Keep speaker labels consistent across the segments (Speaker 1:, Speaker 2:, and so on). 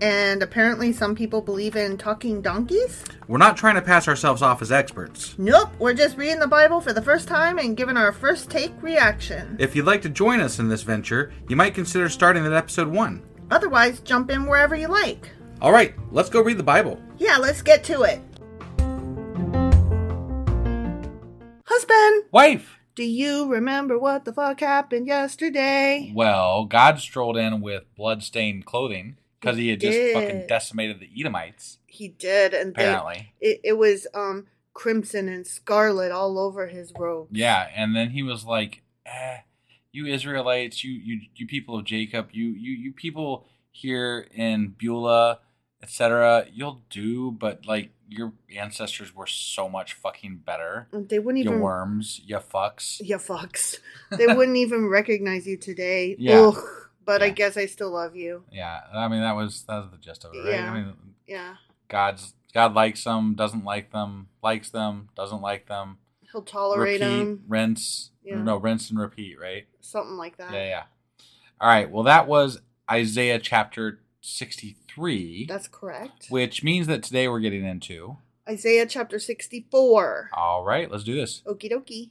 Speaker 1: and apparently some people believe in talking donkeys?
Speaker 2: We're not trying to pass ourselves off as experts.
Speaker 1: Nope, we're just reading the Bible for the first time and giving our first take reaction.
Speaker 2: If you'd like to join us in this venture, you might consider starting at episode 1.
Speaker 1: Otherwise, jump in wherever you like.
Speaker 2: All right, let's go read the Bible.
Speaker 1: Yeah, let's get to it. Husband,
Speaker 2: Wife!
Speaker 1: do you remember what the fuck happened yesterday?
Speaker 2: Well, God strolled in with blood-stained clothing because he had just
Speaker 1: He did.
Speaker 2: fucking decimated the Edomites.
Speaker 1: He did, and they-
Speaker 2: Apparently,
Speaker 1: it, it was um crimson and scarlet all over his robe.
Speaker 2: yeah. And then he was like, eh, "You Israelites, you you you people of Jacob, you you you people here in Beulah, etc. You'll do, but like your ancestors were so much fucking better.
Speaker 1: They wouldn't
Speaker 2: You
Speaker 1: even.
Speaker 2: worms, you fucks."
Speaker 1: You fucks. They wouldn't even recognize you today.
Speaker 2: Yeah.
Speaker 1: Ugh, but I
Speaker 2: Yeah.
Speaker 1: guess I still love you.
Speaker 2: Yeah, I mean that was that was the gist of it, right?
Speaker 1: Yeah.
Speaker 2: I mean,
Speaker 1: Yeah.
Speaker 2: God's God likes them, doesn't like them, likes them, doesn't like them.
Speaker 1: He'll tolerate
Speaker 2: repeat,
Speaker 1: him.
Speaker 2: rinse.
Speaker 1: Yeah.
Speaker 2: No, rinse and repeat, right?
Speaker 1: Something like that.
Speaker 2: yeah, yeah. All right. Well, that was Isaiah chapter 63,
Speaker 1: That's correct.
Speaker 2: which means that today we're getting into.
Speaker 1: Isaiah chapter 64.
Speaker 2: All right, let's do this.
Speaker 1: Okie dokie.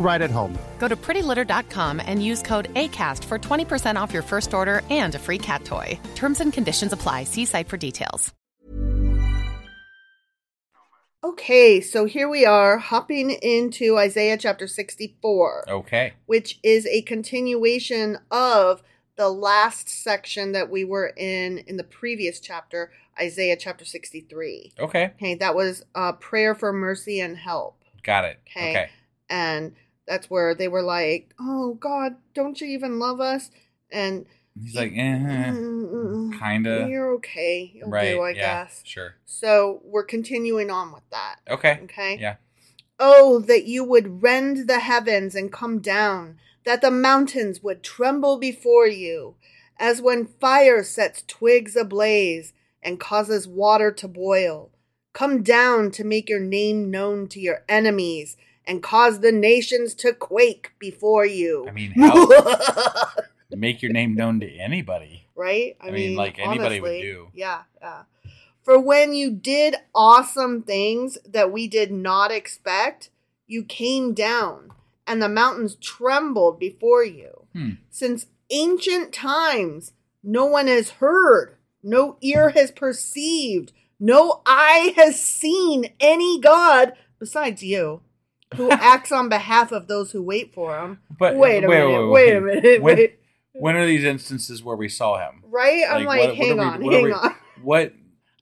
Speaker 3: right at home.
Speaker 4: Go to prettylitter.com and use code ACAST for 20% off your first order and a free cat toy. Terms and conditions apply. See site for details.
Speaker 1: Okay, so here we are hopping into Isaiah chapter 64,
Speaker 2: Okay.
Speaker 1: which is a continuation of the last section that we were in in the previous chapter, Isaiah chapter 63.
Speaker 2: Okay.
Speaker 1: Okay, that was uh, prayer for mercy and help.
Speaker 2: Got it.
Speaker 1: Okay.
Speaker 2: Okay.
Speaker 1: And that's where they were like, oh, God, don't you even love us? And
Speaker 2: He's like, eh, eh, eh, kind of
Speaker 1: You're mm, okay. You'll
Speaker 2: right.
Speaker 1: do, I
Speaker 2: yeah,
Speaker 1: guess.
Speaker 2: sure.
Speaker 1: So we're continuing on with that.
Speaker 2: Okay.
Speaker 1: Okay.
Speaker 2: Yeah.
Speaker 1: Oh, that you would rend the heavens and come down, that the mountains would tremble before you, as when fire sets twigs ablaze and causes water to boil. Come down to make your name known to your enemies and cause the nations to quake before you.
Speaker 2: I mean, how make your name known to anybody?
Speaker 1: right?
Speaker 2: I mean, like, anybody would do.
Speaker 1: Yeah, yeah. For when you did awesome things that we did not expect, you came down and the mountains trembled before you.
Speaker 2: Hmm.
Speaker 1: Since ancient times, no one has heard, no ear has perceived, no eye has seen any God besides you. who acts on behalf of those who wait for him?
Speaker 2: But
Speaker 1: wait a minute! Wait, a minute!
Speaker 2: When,
Speaker 1: wait.
Speaker 2: when are these instances where we saw him?
Speaker 1: Right? I'm like,
Speaker 2: what- what
Speaker 1: hang
Speaker 2: are we-
Speaker 1: on,
Speaker 2: what are
Speaker 1: hang
Speaker 2: we-
Speaker 1: on.
Speaker 2: What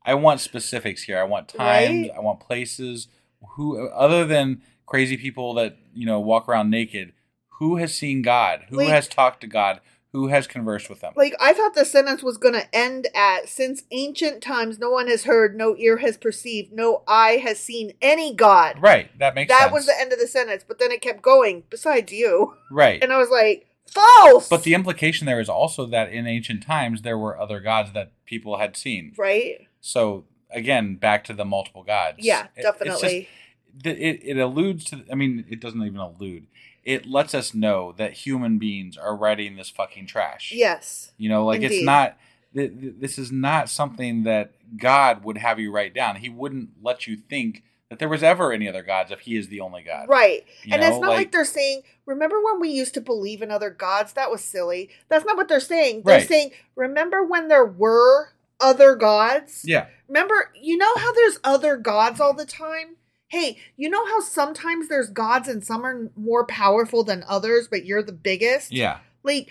Speaker 2: I want specifics here. I want times.
Speaker 1: Right?
Speaker 2: I want places. Who other than crazy people that you know walk around naked? Who has seen God? Who
Speaker 1: Like-
Speaker 2: has talked to God? Who has conversed with them?
Speaker 1: Like I thought the sentence was going to end at since ancient times no one has heard, no ear has perceived, no eye has seen any god.
Speaker 2: right. That makes
Speaker 1: that
Speaker 2: sense.
Speaker 1: was the end of the sentence, but then it kept going besides you.
Speaker 2: Right.
Speaker 1: And I was like, false.
Speaker 2: But the implication there is also that in ancient times there were other gods that people had seen.
Speaker 1: right?
Speaker 2: So again, back to the multiple gods.
Speaker 1: Yeah,
Speaker 2: It- it's just-
Speaker 1: definitely.
Speaker 2: th- it, it alludes to i mean it doesn't even allude it lets us know that human beings are writing this fucking trash
Speaker 1: Yes.
Speaker 2: you know like it's
Speaker 1: Indeed.
Speaker 2: not th- th- this is not something that god would have you write down he wouldn't let you think that there was ever any other gods if he is the only god
Speaker 1: Right.
Speaker 2: You
Speaker 1: and
Speaker 2: know,
Speaker 1: it's not like,
Speaker 2: like-
Speaker 1: they're saying, remember when we used to believe in other gods? That was silly. That's not what they're saying. They're
Speaker 2: Right.
Speaker 1: saying, remember when there were other gods?
Speaker 2: yeah
Speaker 1: Remember, you know how there's other gods all the time? Hey, you know how sometimes there's gods and some are more powerful than others, but you're the biggest?
Speaker 2: yeah
Speaker 1: Like,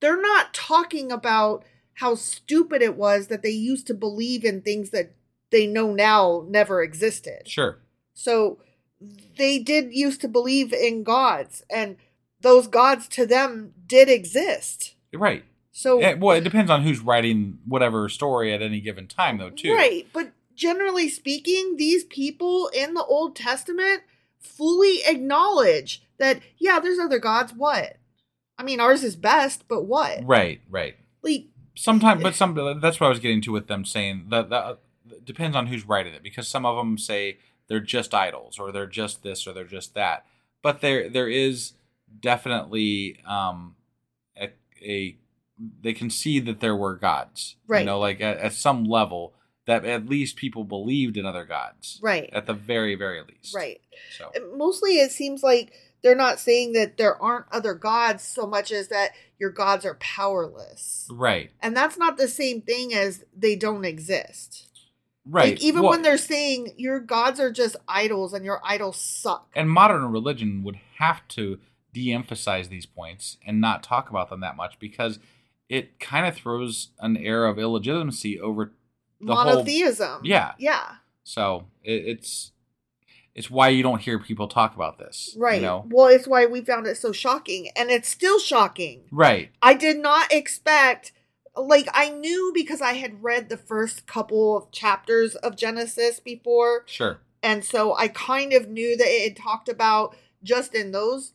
Speaker 1: they're not talking about how stupid it was that they used to believe in things that they know now never existed.
Speaker 2: sure
Speaker 1: So they did used to believe in gods, and those gods to them did exist.
Speaker 2: right
Speaker 1: So,
Speaker 2: Eh, well it depends on who's writing whatever story at any given time though too
Speaker 1: Right, but generally speaking, these people in the Old Testament fully acknowledge that yeah, there's other gods. What? I mean, ours is best, but what?
Speaker 2: right right
Speaker 1: Like,
Speaker 2: Sometimes, but some that's what I was getting to with them saying that that depends on who's writing it because some of them say they're just idols or they're just this or they're just that. But there there is definitely um a, a they concede that there were gods,
Speaker 1: Right.
Speaker 2: You know, like at, at some level that at least people believed in other gods,
Speaker 1: Right.
Speaker 2: At the very very least,
Speaker 1: right.
Speaker 2: So
Speaker 1: Mostly, it seems like they're not saying that there aren't other gods so much as that your gods are powerless,
Speaker 2: right,
Speaker 1: and that's not the same thing as they don't exist.
Speaker 2: right.
Speaker 1: Like, even
Speaker 2: Well,
Speaker 1: when they're saying your gods are just idols and your idols suck.
Speaker 2: and modern religion would have to de-emphasize these points and not talk about them that much because it kind of throws an air of illegitimacy over the whole-
Speaker 1: monotheism.
Speaker 2: Yeah.
Speaker 1: Yeah.
Speaker 2: so it, it's it's why you don't hear people talk about this
Speaker 1: Right.
Speaker 2: you know?
Speaker 1: Well, it's why we found it so shocking. And it's still shocking.
Speaker 2: right
Speaker 1: I did not expect, like, I knew because I had read the first couple of chapters of Genesis before.
Speaker 2: sure
Speaker 1: And so I kind of knew that it had talked about just in those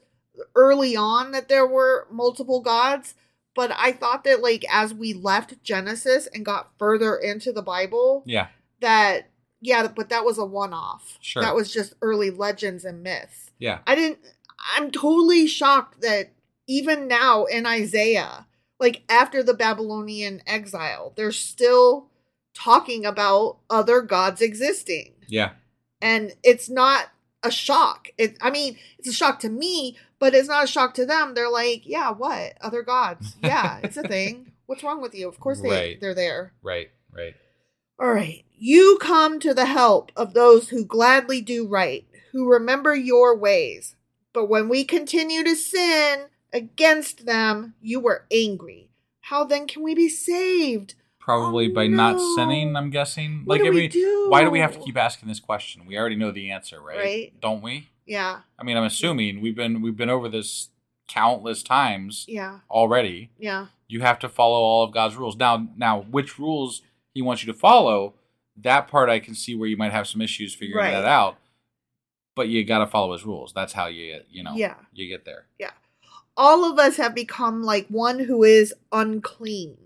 Speaker 1: early on that there were multiple gods. But I thought that, like, as we left Genesis and got further into the Bible,
Speaker 2: yeah
Speaker 1: that, yeah, but that was a one off.
Speaker 2: Sure.
Speaker 1: That was just early legends and myths.
Speaker 2: yeah
Speaker 1: I didn't. I'm totally shocked that even now in Isaiah, like after the Babylonian exile, they're still talking about other gods existing,
Speaker 2: yeah
Speaker 1: and it's not a shock. It, I mean, it's a shock to me, but it's not a shock to them. They're like, yeah, what other gods? Yeah, it's a thing. What's wrong with you? Of course they
Speaker 2: Right.
Speaker 1: they're there.
Speaker 2: right right
Speaker 1: All right. You come to the help of those who gladly do right, who remember your ways. But when we continue to sin against them, you were angry. How then can we be saved?
Speaker 2: probably
Speaker 1: Oh,
Speaker 2: by not
Speaker 1: no.
Speaker 2: sinning i'm guessing
Speaker 1: What do
Speaker 2: I
Speaker 1: we
Speaker 2: mean,
Speaker 1: do?
Speaker 2: why do we have to keep asking this question we already know the answer
Speaker 1: Right.
Speaker 2: don't we
Speaker 1: Yeah.
Speaker 2: i mean i'm assuming we've been we've been over this countless times
Speaker 1: Yeah.
Speaker 2: already
Speaker 1: Yeah.
Speaker 2: you have to follow all of God's rules. Now, now which rules he wants you to follow, that part I can see where you might have some issues figuring
Speaker 1: Right.
Speaker 2: that out. But you got to follow his rules. That's how you you know
Speaker 1: Yeah.
Speaker 2: you get there.
Speaker 1: all of us have become like one who is unclean,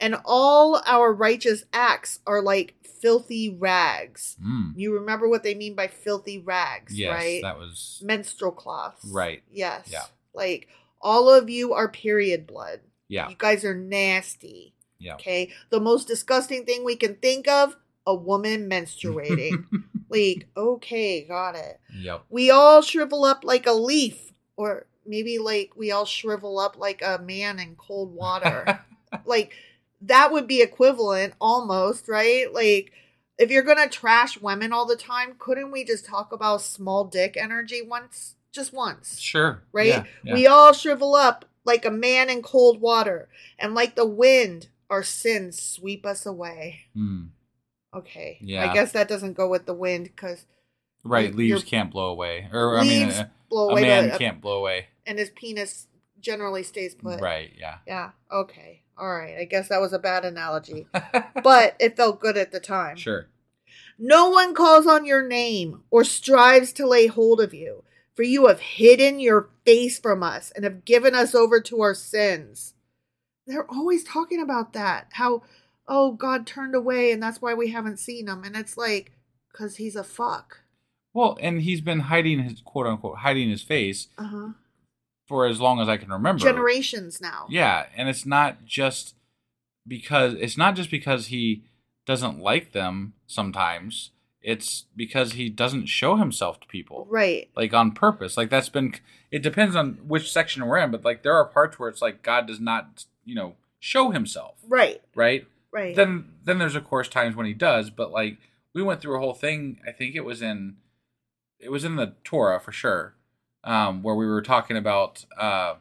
Speaker 1: and all our righteous acts are like filthy rags.
Speaker 2: Mm.
Speaker 1: You remember what they mean by filthy rags,
Speaker 2: Yes,
Speaker 1: right?
Speaker 2: that was
Speaker 1: Menstrual cloths.
Speaker 2: Right.
Speaker 1: Yes.
Speaker 2: Yeah.
Speaker 1: Like all of you are period blood.
Speaker 2: yeah
Speaker 1: You guys are nasty.
Speaker 2: yeah.
Speaker 1: Okay. The most disgusting thing we can think of a woman menstruating. like, okay, got it
Speaker 2: Yep.
Speaker 1: we all shrivel up like a leaf or maybe like we all shrivel up like a man in cold water like that would be equivalent almost right like if you're gonna trash women all the time couldn't we just talk about small dick energy once just once
Speaker 2: Sure.
Speaker 1: right
Speaker 2: Yeah, yeah.
Speaker 1: we all shrivel up like a man in cold water and like the wind our sins sweep us away
Speaker 2: Mm.
Speaker 1: okay
Speaker 2: Yeah.
Speaker 1: i guess that doesn't go with the wind because
Speaker 2: Right.
Speaker 1: Your-
Speaker 2: Leaves can't blow away. Or I mean,
Speaker 1: leaves
Speaker 2: a,
Speaker 1: blow
Speaker 2: a
Speaker 1: away
Speaker 2: man
Speaker 1: but a-
Speaker 2: can't blow away.
Speaker 1: and his penis generally stays put.
Speaker 2: Right. Yeah.
Speaker 1: Yeah. Okay. All right. I guess that was a bad analogy, but it felt good at the time.
Speaker 2: Sure.
Speaker 1: No one calls on your name or strives to lay hold of you, for you have hidden your face from us and have given us over to our sins. They're always talking about that. How, oh, God turned away and that's why we haven't seen him. And it's like, because he's a fuck.
Speaker 2: Well, and he's been hiding his quote unquote hiding his face
Speaker 1: Uh huh.
Speaker 2: for as long as I can remember.
Speaker 1: Generations now.
Speaker 2: Yeah, and it's not just because it's not just because he doesn't like them sometimes. It's because he doesn't show himself to people.
Speaker 1: Right.
Speaker 2: Like on purpose. Like that's been it depends on which section we're in, but like there are parts where it's like God does not, you know, show himself,
Speaker 1: Right.
Speaker 2: right?
Speaker 1: Right.
Speaker 2: Then then there's of course times when he does, but like we went through a whole thing. I think it was in it was in the Torah for sure, um, where we were talking about uh,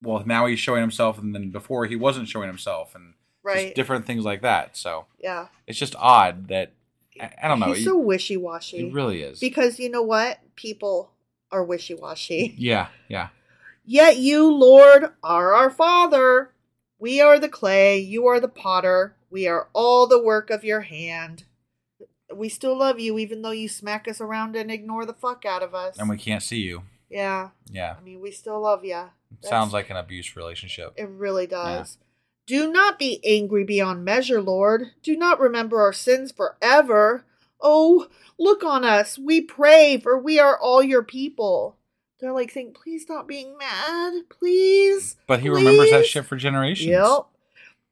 Speaker 2: well now he's showing himself, and then before he wasn't showing himself, and just
Speaker 1: right.
Speaker 2: different things like that. So
Speaker 1: yeah.
Speaker 2: it's just odd that I, I don't know.
Speaker 1: He's
Speaker 2: It,
Speaker 1: so wishy washy.
Speaker 2: it really is.
Speaker 1: Because you know what? People are wishy washy.
Speaker 2: yeah, yeah,
Speaker 1: Yet you, Lord, are our Father. We are the clay. You are the potter. We are all the work of your hand. We still love you, even though you smack us around and ignore the fuck out of us.
Speaker 2: and we can't see you.
Speaker 1: yeah.
Speaker 2: Yeah,
Speaker 1: I mean, we still love you.
Speaker 2: sounds like an abuse relationship.
Speaker 1: It really does. Do not be angry beyond measure, Lord. Do not remember our sins forever. Oh, look on us. We pray, for we are all your people. They're like saying, please stop being mad. Please.
Speaker 2: But he remembers that
Speaker 1: please."
Speaker 2: shit for generations.
Speaker 1: Yep.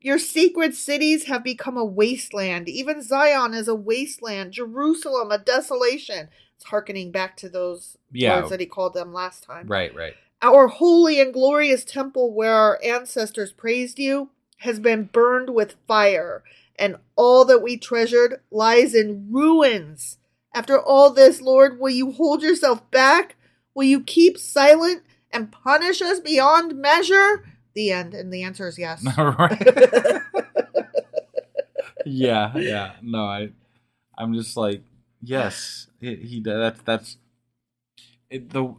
Speaker 1: Your sacred cities have become a wasteland. Even Zion is a wasteland. Jerusalem, a desolation. It's hearkening back to those
Speaker 2: Yeah.
Speaker 1: words that he called them last time.
Speaker 2: Right, right.
Speaker 1: Our holy and glorious temple where our ancestors praised you has been burned with fire, and all that we treasured lies in ruins. After all this, Lord, will you hold yourself back? Will you keep silent and punish us beyond measure? The end. And the answer is yes.
Speaker 2: Right. yeah, yeah. No, I, I'm just like, yes, he, he that's that's it, the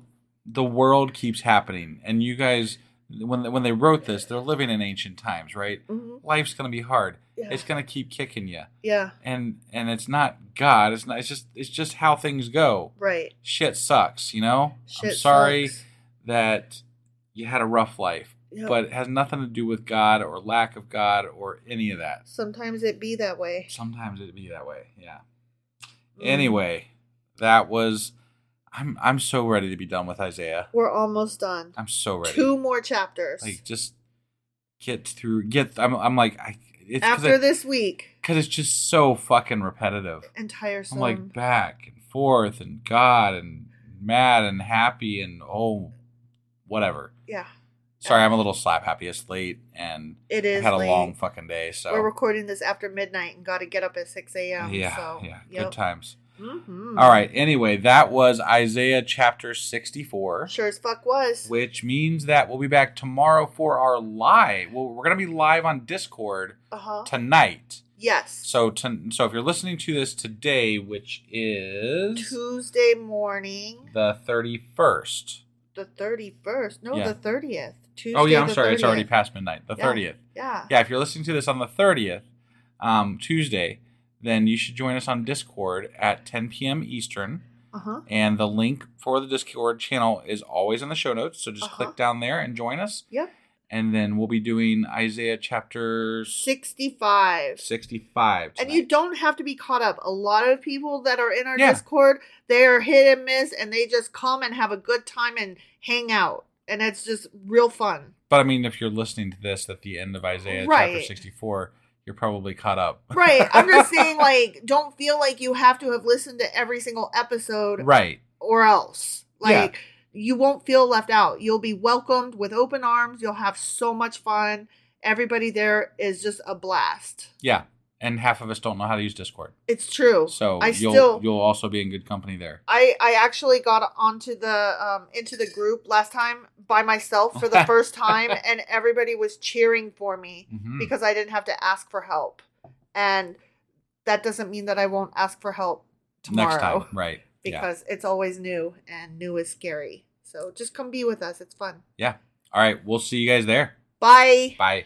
Speaker 2: the world keeps happening, and you guys, when when they wrote this, they're living in ancient times, right?
Speaker 1: Mhm.
Speaker 2: Life's gonna be hard.
Speaker 1: Yeah.
Speaker 2: It's gonna keep kicking you,
Speaker 1: Yeah,
Speaker 2: and and it's not God. It's not. It's just it's just how things go.
Speaker 1: right.
Speaker 2: Shit sucks, you know. I'm
Speaker 1: Shit
Speaker 2: sorry
Speaker 1: sucks.
Speaker 2: that you had a rough life,
Speaker 1: Yep.
Speaker 2: but it has nothing to do with God or lack of God or any of that.
Speaker 1: Sometimes it be that way.
Speaker 2: Sometimes it'd be that way, yeah.
Speaker 1: Mm.
Speaker 2: Anyway, that was. I'm I'm so ready to be done with Isaiah.
Speaker 1: We're almost done.
Speaker 2: I'm so ready.
Speaker 1: Two more chapters.
Speaker 2: like just get through. Get. I'm I'm like I. It's
Speaker 1: After
Speaker 2: cause I-
Speaker 1: this week,
Speaker 2: 'cause it's just so fucking repetitive.
Speaker 1: and tiresome.
Speaker 2: I'm like back and forth and God and mad and happy and oh, whatever.
Speaker 1: yeah,
Speaker 2: Sorry, I'm a little slap happy. It's late and
Speaker 1: it is.
Speaker 2: I had a
Speaker 1: late.
Speaker 2: long fucking day, so
Speaker 1: We're recording this after midnight and got to get up at six a.m.
Speaker 2: yeah,
Speaker 1: so,
Speaker 2: yeah,
Speaker 1: yep.
Speaker 2: good times.
Speaker 1: Mhm.
Speaker 2: All right. Anyway, that was Isaiah chapter 64,
Speaker 1: Sure as fuck was.
Speaker 2: which means that we'll be back tomorrow for our live. Well, we're gonna be live on Discord
Speaker 1: Uh huh.
Speaker 2: tonight.
Speaker 1: Yes.
Speaker 2: So, to, so if you're listening to this today, which is
Speaker 1: Tuesday morning,
Speaker 2: the 31st,
Speaker 1: the thirty-first. No,
Speaker 2: Yeah.
Speaker 1: the thirtieth. Tuesday.
Speaker 5: oh yeah, I'm
Speaker 1: the
Speaker 5: sorry. It's already
Speaker 1: 30th.
Speaker 5: past midnight. The
Speaker 1: Yeah.
Speaker 5: thirtieth.
Speaker 1: Yeah.
Speaker 5: Yeah, if you're listening to this on the thirtieth, um, Tuesday, then you should join us on Discord at 10 p.m. Eastern.
Speaker 1: Uh huh.
Speaker 5: And the link for the Discord channel is always in the show notes. So just
Speaker 1: Uh-huh.
Speaker 5: click down there and join us.
Speaker 1: Yep.
Speaker 5: And then we'll be doing Isaiah chapter
Speaker 1: 65.
Speaker 5: 65.
Speaker 1: And
Speaker 5: tonight.
Speaker 1: you don't have to be caught up. A lot of people that are in our
Speaker 5: Yeah.
Speaker 1: Discord, they are hit and miss, and they just come and have a good time and hang out, and it's just real fun.
Speaker 5: But I mean, if you're listening to this at the end of Isaiah
Speaker 1: Right.
Speaker 5: chapter 64, you're probably caught up.
Speaker 1: Right. I'm just saying, like, don't feel like you have to have listened to every single episode
Speaker 5: right.
Speaker 1: or else.
Speaker 5: Yeah.
Speaker 1: Like, you won't feel left out. You'll be welcomed with open arms. You'll have so much fun. Everybody there is just a blast.
Speaker 5: Yeah. And half of us don't know how to use Discord.
Speaker 1: It's true.
Speaker 5: So
Speaker 1: I
Speaker 5: you'll
Speaker 1: still
Speaker 5: you'll also be in good company there.
Speaker 1: I, I actually got onto the um, into the group last time by myself for the first time, and everybody was cheering for me
Speaker 5: Mhm.
Speaker 1: because I didn't have to ask for help, and that doesn't mean that I won't ask for help tomorrow
Speaker 5: Next time. Right.
Speaker 1: because it's always new and new is scary. So just come be with us; it's fun.
Speaker 5: yeah. Yeah. All right. We'll see you guys there.
Speaker 1: Bye.
Speaker 5: Bye.